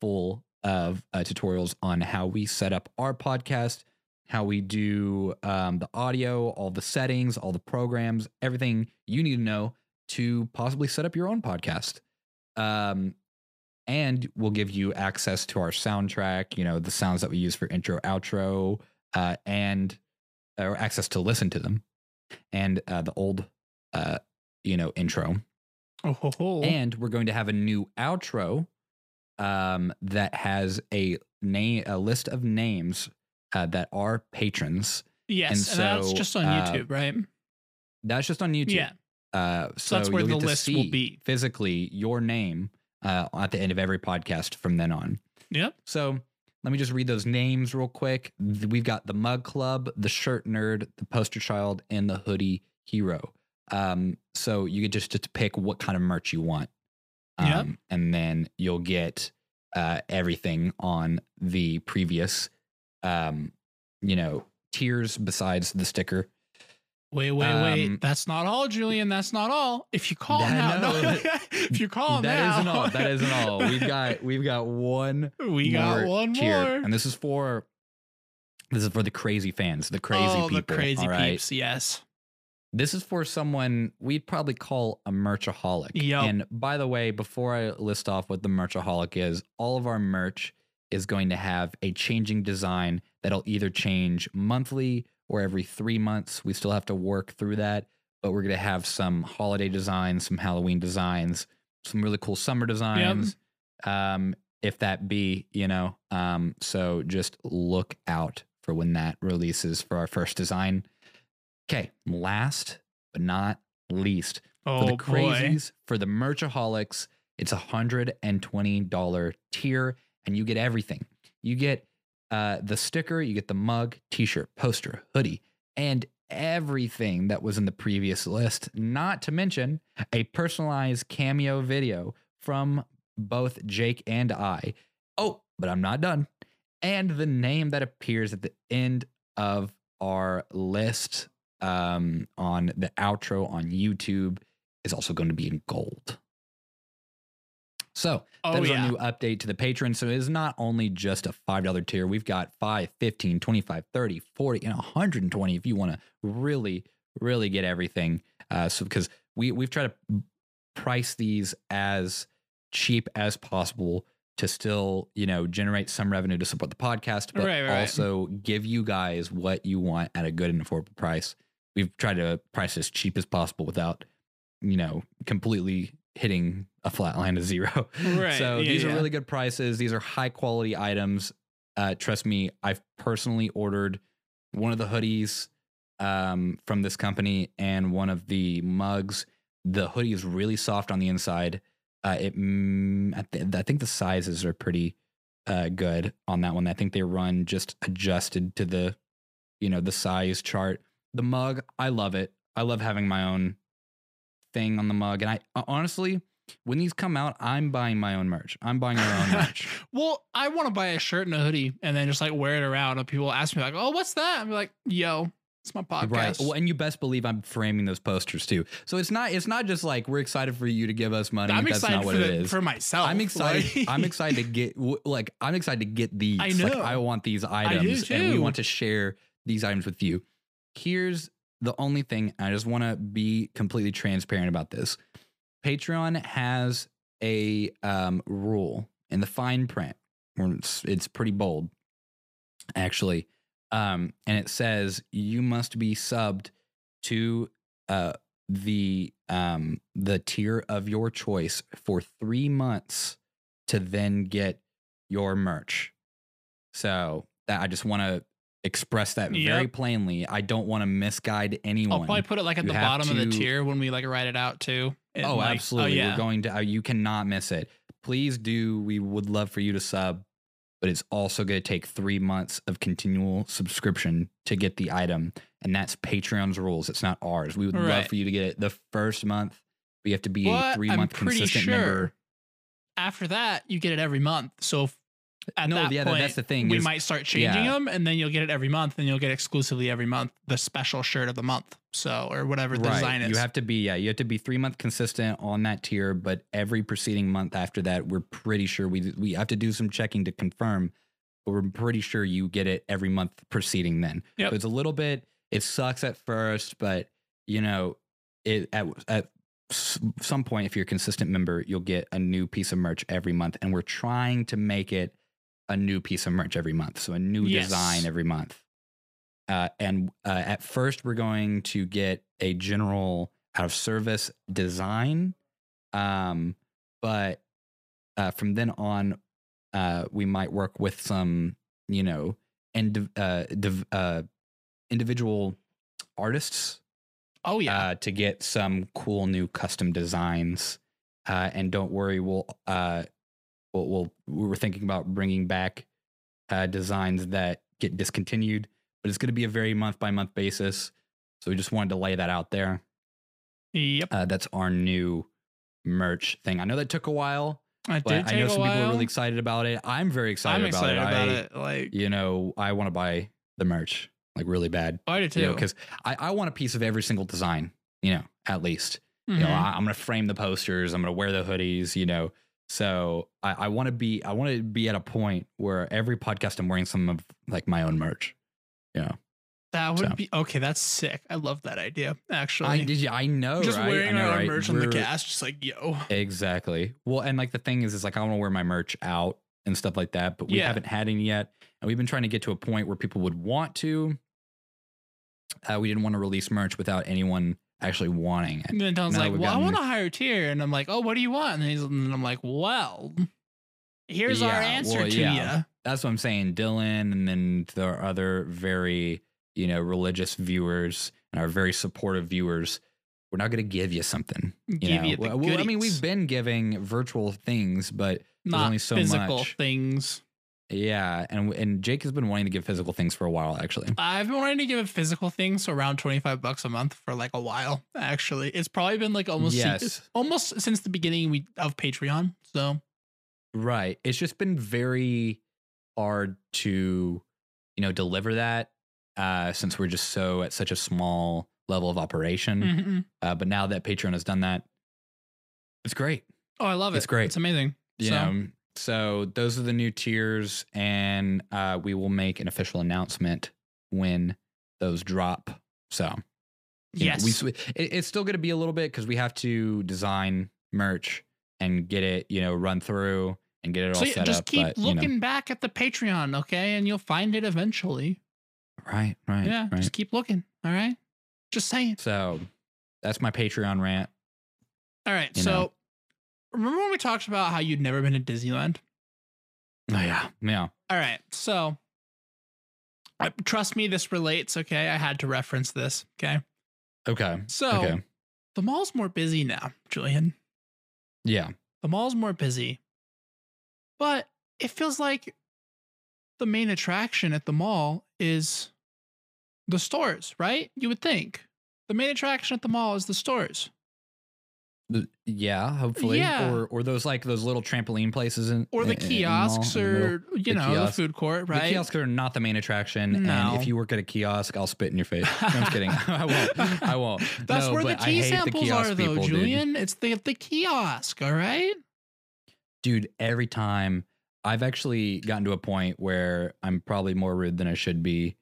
full of uh, tutorials on how we set up our podcast, how we do um, the audio, all the settings, all the programs, everything you need to know to possibly set up your own podcast. Um, and we'll give you access to our soundtrack, you know, the sounds that we use for intro, outro, uh, and or access to listen to them and uh, the old, uh, you know, intro.
oh, ho, ho.
And we're going to have a new outro um, that has a name, a list of names uh, that are patrons.
yes, and,
and
that's
so,
just on
uh,
YouTube, right?
That's just on YouTube.
Yeah.
Uh, so
that's where
you'll
the
get to
list will
see
be.
physically your name uh, at the end of every podcast from then on.
Yep.
So let me just read those names real quick. Th- We've got the Mug Club, the Shirt Nerd, the Poster Child, and the Hoodie Hero. Um, so you could just, just pick what kind of merch you want. Um,
Yep.
And then you'll get uh, everything on the previous, um, you know, tiers besides the sticker.
Wait, wait,
Um,
wait. That's not all, Julian. That's not all. If you call
That-
now, no,
no.
if you call now,
That isn't all. That isn't all. We've got we've got one.
we got
more
one
tier,
more.
and this is for this is for the crazy fans, the crazy
oh,
people.
the crazy
all right?
peeps. Yes.
This is for someone we'd probably call a merchaholic.
Yup.
And by the way, before I list off what the merchaholic is, all of our merch is going to have a changing design that'll either change monthly or every three months. We still have to work through that, but we're going to have some holiday designs, some Halloween designs, some really cool summer designs. Um, if that be, you know, um, so just look out for when that releases for our first design. Okay, last but not least, for
Oh
the
boy.
crazies, for the merchaholics, it's a hundred and twenty dollar tier, and you get everything. You get uh, the sticker, you get the mug, t-shirt, poster, hoodie, and everything that was in the previous list. Not to mention a personalized cameo video from both Jake and I. Oh, but I'm not done. And the name that appears at the end of our list um, on the outro on YouTube is also going to be in gold. So that
Oh
is
yeah.
our new update to the patron. So it is not only just a $5 tier. We've got 5, 15, 25, 30, 40, and 120 if you want to really, really get everything. Uh, so because we, we've tried to price these as cheap as possible to still, you know, generate some revenue to support the podcast, but
Right, right.
also give you guys what you want at a good and affordable price. We've tried to price as cheap as possible without, you know, completely hitting a flat line of zero.
Right,
So
yeah,
these are
yeah.
really good prices. These are high quality items. Uh, trust me, I've personally ordered one of the hoodies um, from this company and one of the mugs. The hoodie is really soft on the inside. Uh, it, mm, I, th- I think the sizes are pretty uh, good on that one. I think they run just adjusted to the, you know, the size chart. The mug, I love it. I love having my own thing on the mug. And I honestly, when these come out, I'm buying my own merch. I'm buying our own merch.
Well, I want to buy a shirt and a hoodie and then just like wear it around. And people ask me like, "Oh, what's that?" I'm like, "Yo, it's my podcast."
Right. Well, and you best believe I'm framing those posters too. So it's not it's not just like we're excited for you to give us money.
I'm
That's
excited
not what
for,
it
the,
is.
for myself.
I'm excited.
like-
I'm excited to get w- like I'm excited to get these.
I
Like
know.
I want these
do
items, and we
too.
want to share these items with you. Here's the only thing I just want to be completely transparent about this. Patreon has a um, rule in the fine print. or It's, it's pretty bold, actually, um, and it says you must be subbed to uh, the um the tier of your choice for three months to then get your merch. So that I just want to express that very
Yep.
plainly. I don't want to misguide anyone.
I'll probably put it like at
You
the
have
bottom of the
to-
tier when we like write it out too. And,
oh,
like-
absolutely.
yeah.
We're going to. Uh, you cannot miss it. Please do. We would love for you to sub, but it's also going to take three months of continual subscription to get the item, and that's Patreon's rules. It's not ours. We would love
Right.
for you to get it the first month. but you have to be a
But
three
I'm
month
pretty
consistent
sure
member.
after that you get it every month. So if, at
No,
that
yeah, that-
point,
that's the thing
We
is-
might start changing
yeah.
them, and then you'll get it every month, and you'll get exclusively every month the special shirt of the month, so or whatever the design is.
You have to be, yeah, you have to be three month consistent on that tier, but every preceding month after that, we're pretty sure we we have to do some checking to confirm, but we're pretty sure you get it every month preceding then.
Yep.
So it's a little bit, it sucks at first, but you know, it at at s- some point, if you're a consistent member, you'll get a new piece of merch every month, and we're trying to make it a new piece of merch every month, so a new
Yes.
design every month. Uh, and uh, at first, we're going to get a general out of service design, um, but uh, from then on, uh, we might work with some, you know, and uh, div- uh, individual artists
oh yeah,
uh, to get some cool new custom designs. Uh, and don't worry, we'll, uh, we'll, we'll we were thinking about bringing back uh, designs that get discontinued, but it's going to be a very month by month basis. So we just wanted to lay that out there.
Yep.
Uh, that's our new merch thing. I know that took a while,
It
but
did take
I know
a
some
while.
people are really excited about it. I'm very excited
I'm
about
excited
it.
about,
I,
it. Like,
you know, I want to buy the merch like really bad,
oh, I do too.
you know, because I, I want a piece of every single design, you know, at least you know
Mhm.
I, i'm gonna frame the posters i'm gonna wear the hoodies you know so i, I want to be i want to be at a point where every podcast i'm wearing some of like my own merch
that would
so.
be okay. That's sick. I love that idea. Actually,
i did you i know
just
right?
wearing
I know,
our
right?
merch on the
We're-
cast, just like yo.
exactly well and like the thing is is like i want to wear my merch out and stuff like that but we
Yeah.
haven't had any yet and we've been trying to get to a point where people would want to uh, we didn't want to release merch without anyone actually wanting it
And then Don's
Now
like,
we've
"Well, I
gotten-
want a higher tier," and I'm like, "Oh, what do you want?" And, he's, and I'm like, "Well, here's our
Yeah,
answer
well,
to
yeah.
ya."
that's what I'm saying. Dylan and then our other very, you know, religious viewers and our very supportive viewers, we're not going to give you something.
you.
You know?
you the
well, well, I mean,
goodies,
we've been giving virtual things, but
not
only so
physical
much.
things.
yeah, and and Jake has been wanting to give physical things for a while, actually.
I've been wanting to give it physical things so around 25 bucks a month for like a while. Actually, it's probably been like almost
Yes.
it's almost since the beginning we of Patreon. So
Right. It's just been very hard to, you know, deliver that uh, since we're just so at such a small level of operation.
mhm.
Uh, but now that Patreon has done that, it's great.
oh, I love it.
It's great.
It's amazing.
you
So-
know, so those are the new tiers and uh, we will make an official announcement when those drop so you know,
Yes.
we, sw- it, it's still going to be a little bit because we have to design merch and get it you know run through and get it
so
all
yeah,
set
just
up
keep
but, you know,
looking back at the Patreon, okay, and you'll find it eventually.
right right
yeah,
right
just keep looking. All right, just saying.
so that's my patreon rant
All right.
you
so
know.
remember when we talked about how you'd never been to Disneyland?
oh yeah yeah
All right. So I, trust me, this relates. Okay. I had to reference this. Okay.
okay
So
okay
the mall's more busy now, Julian.
yeah
The mall's more busy, but it feels like the main attraction at the mall is the stores, right? You would think. The main attraction at the mall is the stores
Th- yeah hopefully
Yeah.
or or those like those little trampoline places in
or the
in- in- in mall-
kiosks
in the middle.
or, you
The
know,
kiosk.
the food court, right?
The kiosks are not the main attraction.
No.
And if you work at a kiosk, I'll spit in your face. No, I'm just kidding. I won't. I won't.
That's
No,
where the
but I
tea
hate the
samples
kiosk
are, though,
people, dude.
Julian. It's the the kiosk, all right?
Dude. every time I've actually gotten to a point where I'm probably more rude than I should be.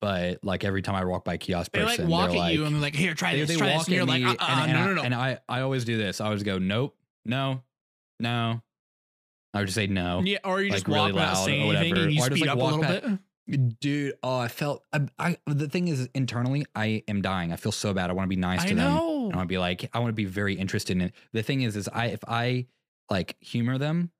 But like every time I walk by a kiosk
They
person,
like walk
they're
at
like,
you and they're like, "Here, try
they,
this,
they
try
walk
this." And
at
you're like,
me
"Uh, uh
and, and
no,
I-
no, no."
And I, I always do this. I always go, nope, no, no. I would just say no.
yeah, or you
like,
just walk
really
without
loud or
saying anything
whatever.
and you
Or just,
speed
like,
up a
walk
little
back-
bit.
Dude, oh, I felt. I, I the thing is, internally, I am dying. I feel so bad. I want to be nice
I
to them.
know.
I want to be like, I want to be very interested in it. The thing is, is I if I like humor them,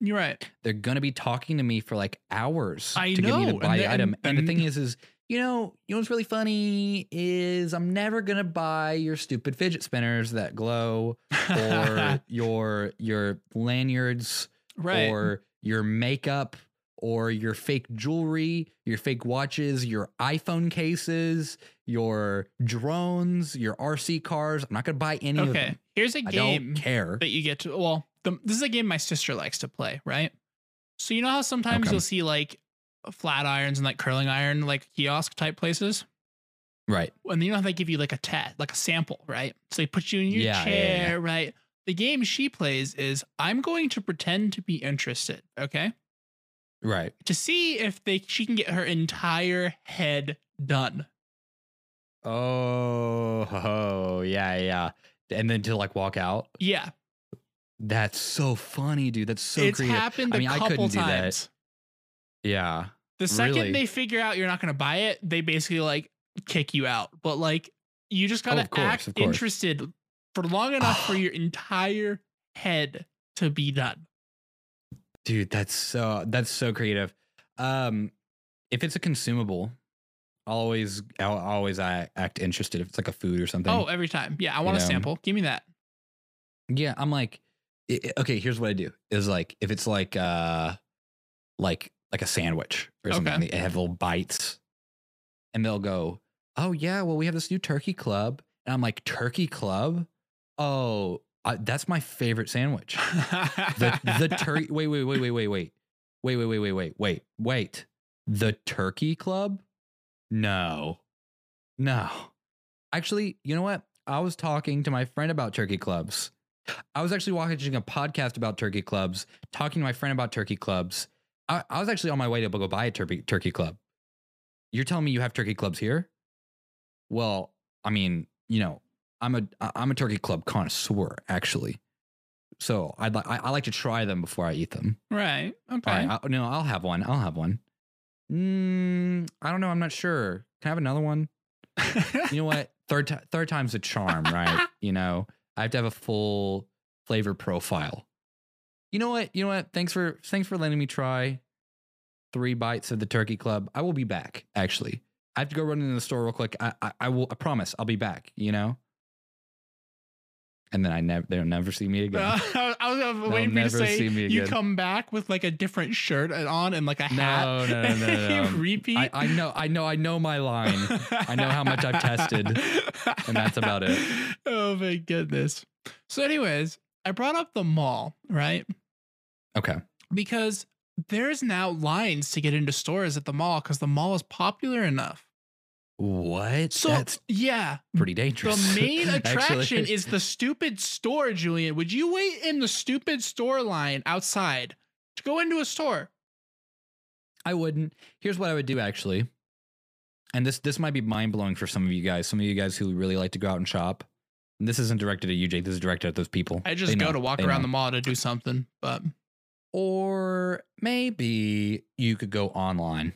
You're right.
they're gonna be talking to me for like hours
I
to get me
know,
to
and
buy
the-
the item.
and-
And,
and-
the thing is, is you know, you know what's really funny is I'm never gonna buy your stupid fidget spinners that glow, or your your lanyards,
right.
or your makeup, or your fake jewelry, your fake watches, your iPhone cases, your drones, your RC cars. I'm not gonna buy any of them.
okay. Here's a
I
game
don't care.
that you get to. Well, the, this is a game my sister likes to play, right? So you know how sometimes
Okay.
you'll see like flat irons and like curling iron, like kiosk type places.
Right.
and then you know how they give you like a test, like a sample, right? So they put you in your
Yeah, yeah,
chair,
yeah.
right? The game she plays is I'm going to pretend to be interested, okay?
Right.
To see if they she can get her entire head done.
Oh, oh, yeah, yeah. And then to like walk out.
Yeah.
That's so funny, dude. That's so
it's
creative.
happened a
I mean, I
couple
couldn't do that.
times.
yeah.
The second
Really?
they figure out you're not going to buy it, they basically like kick you out. But like you just got
Oh,
to
of course,
act
of course.
interested for long enough for your entire head to be done.
Dude, that's so that's so creative. Um if it's a consumable, I'll always I'll always I act interested if it's like a food or something.
Oh, every time. Yeah, I want a
Yeah.
sample. Give me that.
Yeah, I'm like, i- i- okay. Here's what I do is like if it's like uh, like like a sandwich or something,
Okay.
they have little bites, and they'll go, oh yeah, well we have this new turkey club, And I'm like, Turkey Club? Oh, I, that's my favorite sandwich. The, the turkey. Wait, wait, wait, wait, wait, wait. Wait, wait, wait, wait, wait, wait, wait. The Turkey Club? No. No. Actually, you know what? I was talking to my friend about turkey clubs. I was actually watching a podcast about turkey clubs, talking to my friend about turkey clubs. I, I was actually on my way to go buy a turkey, turkey club. You're telling me you have turkey clubs here? Well, I mean, you know, I'm a I- I'm a turkey club connoisseur actually. So I'd like I, I like to try them before I eat them.
right. Okay.
All right. I, no, I'll have one. I'll have one. Mm, I don't know. I'm not sure. Can I have another one? You know what? third ti- third time's a charm, right? you know, I have to have a full flavor profile. You know what? You know what? Thanks for thanks for letting me try three bites of the turkey club. I will be back. Actually, I have to go run into the store real quick. I I, I will. I promise. I'll be back. You know. And then I never they'll never see me again.
Uh, I was uh,
They'll
waiting for you to
never
say
see me
you
again.
come back with like a different shirt on and like a hat.
No, no, no, no, no.
Repeat.
I, I know. I know. I know my line. I know how much I've tested, and that's about it.
Oh my goodness. So, anyways, I brought up the mall, right?
Okay.
Because there's now lines to get into stores at the mall because the mall is popular enough.
What?
So,
That's
yeah,
pretty dangerous.
The main
actually.
attraction is the stupid store, Julian. Would you wait in the stupid store line outside to go into a store?
I wouldn't. Here's what I would do actually. And this this might be mind blowing for some of you guys. Some of you guys who really like to go out and shop. And this isn't directed at you, Jake. This is directed at those people.
I just
They
go
know.
to walk
They
around
know.
the mall to do something, but
Or maybe you could go online.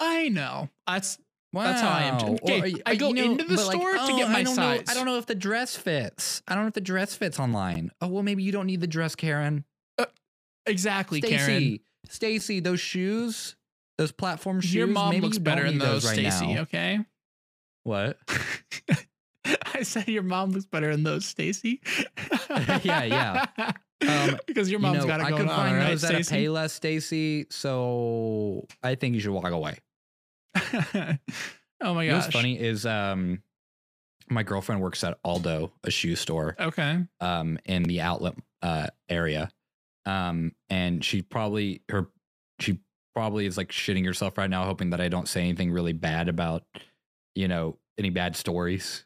I know that's That's how I am, too.
Wow. uh,
Okay, I go into the
but oh,
store to get my
I don't
size.
Know, I don't know if the dress fits. I don't know if the dress fits online. Oh well, maybe you don't need the dress, Karen.
exactly Karen.
Stacy, Stacy, those shoes, those platform shoes.
Your mom
maybe
looks
you don't
better in
need
those,
right
Stacy.
now.
Okay.
What?
I said your mom looks better in those, Stacy.
Yeah, yeah. Um,
because your
You
mom's
know,
got it
I
going
could
on,
find
right,
those at a
Stacy?
pay less, Stacy. So I think you should walk away.
oh my
You know
gosh.
what's funny is um, my girlfriend works at Aldo, a shoe store
Okay.
um, in the outlet uh, area, um, and she probably her she probably is like shitting herself right now, hoping that I don't say anything really bad about you know any bad stories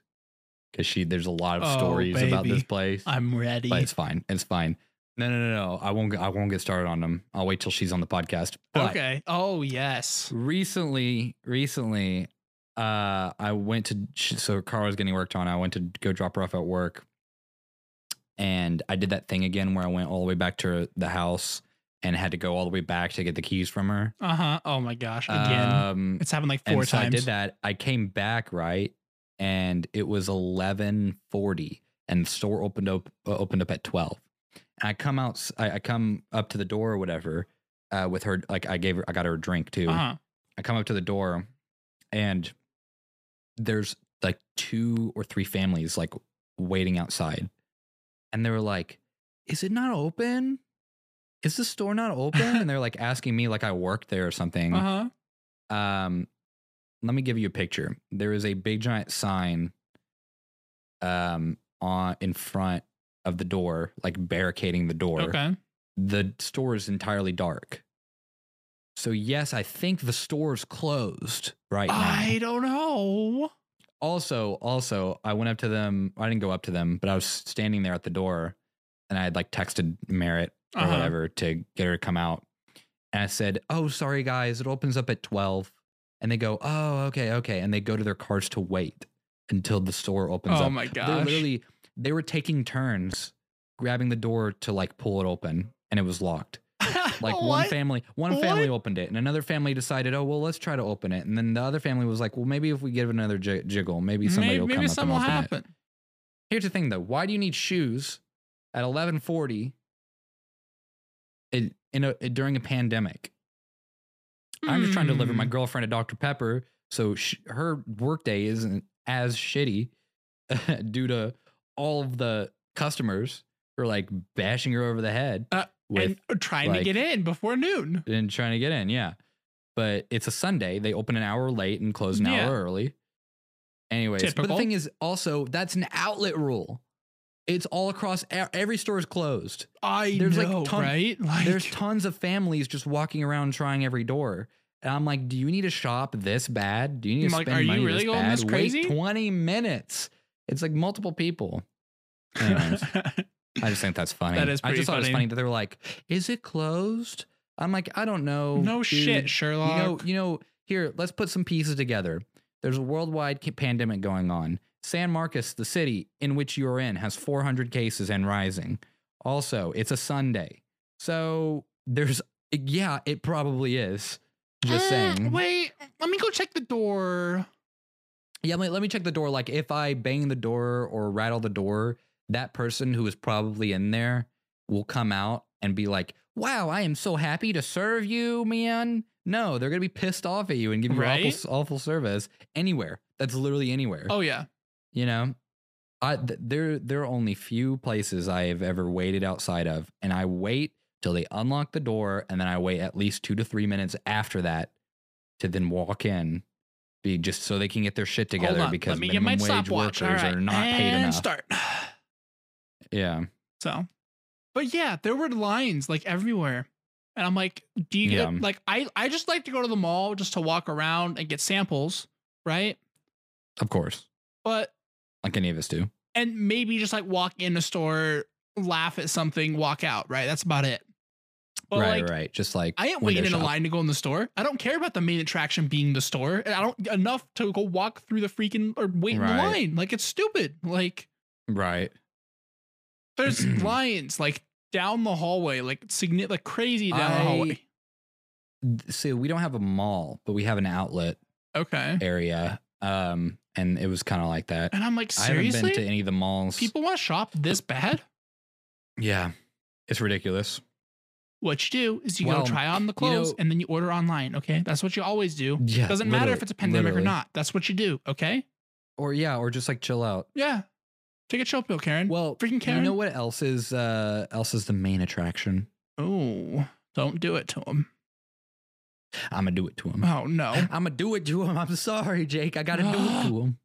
because she there's a lot of
Oh,
stories about this
baby.
place.
I'm ready.
But it's fine. It's fine. No, no, no, no. I won't. I won't get started on them. I'll wait till she's on the podcast. But
okay. Oh yes.
Recently, recently, uh, I went to sh- so her car was getting worked on. I went to go drop her off at work, and I did that thing again where I went all the way back to the house and had to go all the way back to get the keys from her
Uh huh. Oh my gosh. Again.
Um,
it's happened like four
and so
times.
I did that. I came back right, and it was eleven forty, and the store opened up uh, opened up at twelve. And I come out, I, I come up to the door or whatever, uh, with her. Like I gave her, I got her a drink too.
Uh huh.
I come up to the door, and there's like two or three families like waiting outside, and they were like, "Is it not open?" Is the store not open? And they're like asking me like I worked there or something
Uh huh.
um let me give you a picture there is a big giant sign um on in front of the door like barricading the door
Okay.
the store is entirely dark so yes i think the store's closed right now
I don't know.
also also i went up to them i didn't go up to them but i was standing there at the door and i had like texted merritt or
Uh-huh.
whatever to get her to come out. And I said, Oh, sorry, guys, it opens up at 12. And they go, Oh, okay, okay. And they go to their cars to wait until the store opens
Oh
up.
my
They're
gosh.
literally, they were taking turns grabbing the door to like pull it open and it was locked. Like one
Oh, What?
family, one family
What?
opened it and another family decided, Oh, well, let's try to open it. And then the other family was like, Well, maybe if we give it another j- jiggle, maybe somebody
Maybe,
will come
maybe
up and
something will
open it.
happen.
Here's the thing though. Why do you need shoes at 11:40 in, in a during a pandemic? I'm just trying to deliver my
Hmm.
girlfriend a Dr Pepper so sh- her workday isn't as shitty due to all of the customers who are like bashing her over the head
Uh,
with
and trying
like-
to get in before noon.
and trying to get in, yeah. But it's a Sunday. They open an hour late and close an
Yeah.
hour early. Anyways, but
Typical.
the thing is also that's an outlet rule. It's all across e- every store is closed.
I
There's, like,
know,
ton-
right? Like,
There's tons of families just walking around trying every door. And I'm like, do you need to shop this bad? Do you need to
I'm like,
spend
are you
money
really
this
going
bad?
this crazy?
Wait 20 minutes. It's like multiple people. Anyways, I just think that's funny.
That is
I
pretty
just thought it was
funny.
funny that they were like, is it closed? I'm like, I don't know.
no
Oh, dude.
shit, Sherlock.
You know, you know, here, let's put some pieces together. There's a worldwide ca- pandemic going on. San Marcos, the city in which you're in, has 400 cases and rising. Also, it's a Sunday. So there's, yeah, it probably is. Just
Eh,
saying.
Wait, let me go check the door.
Yeah, let me, let me check the door. Like, if I bang the door or rattle the door, that person who is probably in there will come out and be like, wow, I am so happy to serve you, man. No, they're going to be pissed off at you and give you
Right?
awful, awful service anywhere. That's literally anywhere.
Oh yeah,
You know, I, th- there, there are only few places I have ever waited outside of, and I wait till they unlock the door, and then I wait at least two to three minutes after that to then walk in, be just so they can get their shit together
Hold on.
because
let me get
minimum
my
wage
stopwatch.
workers
All right,
are not
and
paid enough.
Start.
Yeah,
So, but yeah, there were lines like everywhere, and I'm like, do you
Yeah.
get like I I just like to go to the mall just to walk around and get samples, right?
of course,
But
like any of us do.
and maybe just like walk in a store, laugh at something, walk out, right? That's about it. But
right,
like,
right. Just like
I ain't
window
waiting in a
shop.
line to go in the store. I don't care about the main attraction being the store. And I don't enough to go walk through the freaking or wait in
Right.
the line. Like it's stupid. Like
Right.
there's lines like down the hallway, like signi- like crazy down
I-
the hallway.
Th- See, we don't have a mall, but we have an outlet
Okay.
area, um, and it was kind of like that.
And I'm like,
I haven't been
seriously?
to any of the malls.
People want to shop this bad?
Yeah, it's ridiculous.
What you do is you
Well,
go try on the clothes
know-
and then you order online. Okay. That's what you always do.
Yeah,
Doesn't matter if
literally-
it's a pandemic
literally.
or not. That's what you do. Okay.
Or yeah, or just like chill out.
Yeah. Take a chill pill, Karen.
Well,
Mm-hmm. freaking
you
Karen.
know what else is uh else is the main attraction?
oh, don't do it to him.
I'm gonna do it to him.
Oh, no.
I'm gonna do it to him. I'm sorry, Jake. I gotta do it to him.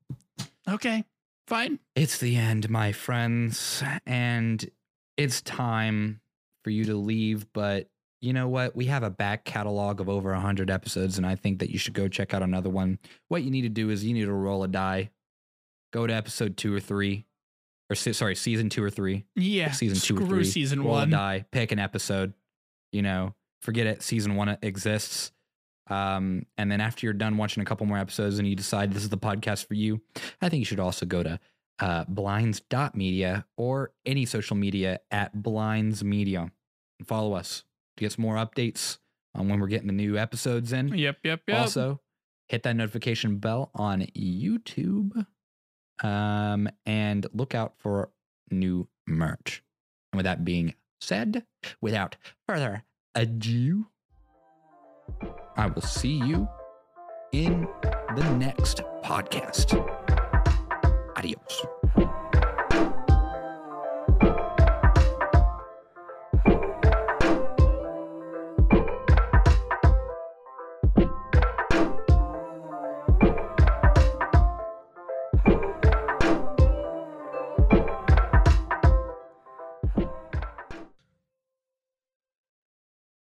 Okay. Fine.
It's the end, my friends, and it's time for you to leave. But you know what? We have a back catalog of over hundred episodes, and I think that you should go check out another one. What you need to do is you need to roll a die, go to episode two or three, or se- sorry, season two or three.
Yeah.
season two or
Screw
three,
season
roll or
one.
die, pick an episode. You know, forget it. Season one exists. Um, and then after you're done watching a couple more episodes and you decide this is the podcast for you, I think you should also go to uh, blinds.media or any social media at blinds media and follow us to get some more updates on when we're getting the new episodes in.
Yep. Yep. Yep.
Also, hit that notification bell on YouTube um, and look out for new merch. And with that being said, without further ado, I will see you in the next podcast. Adios.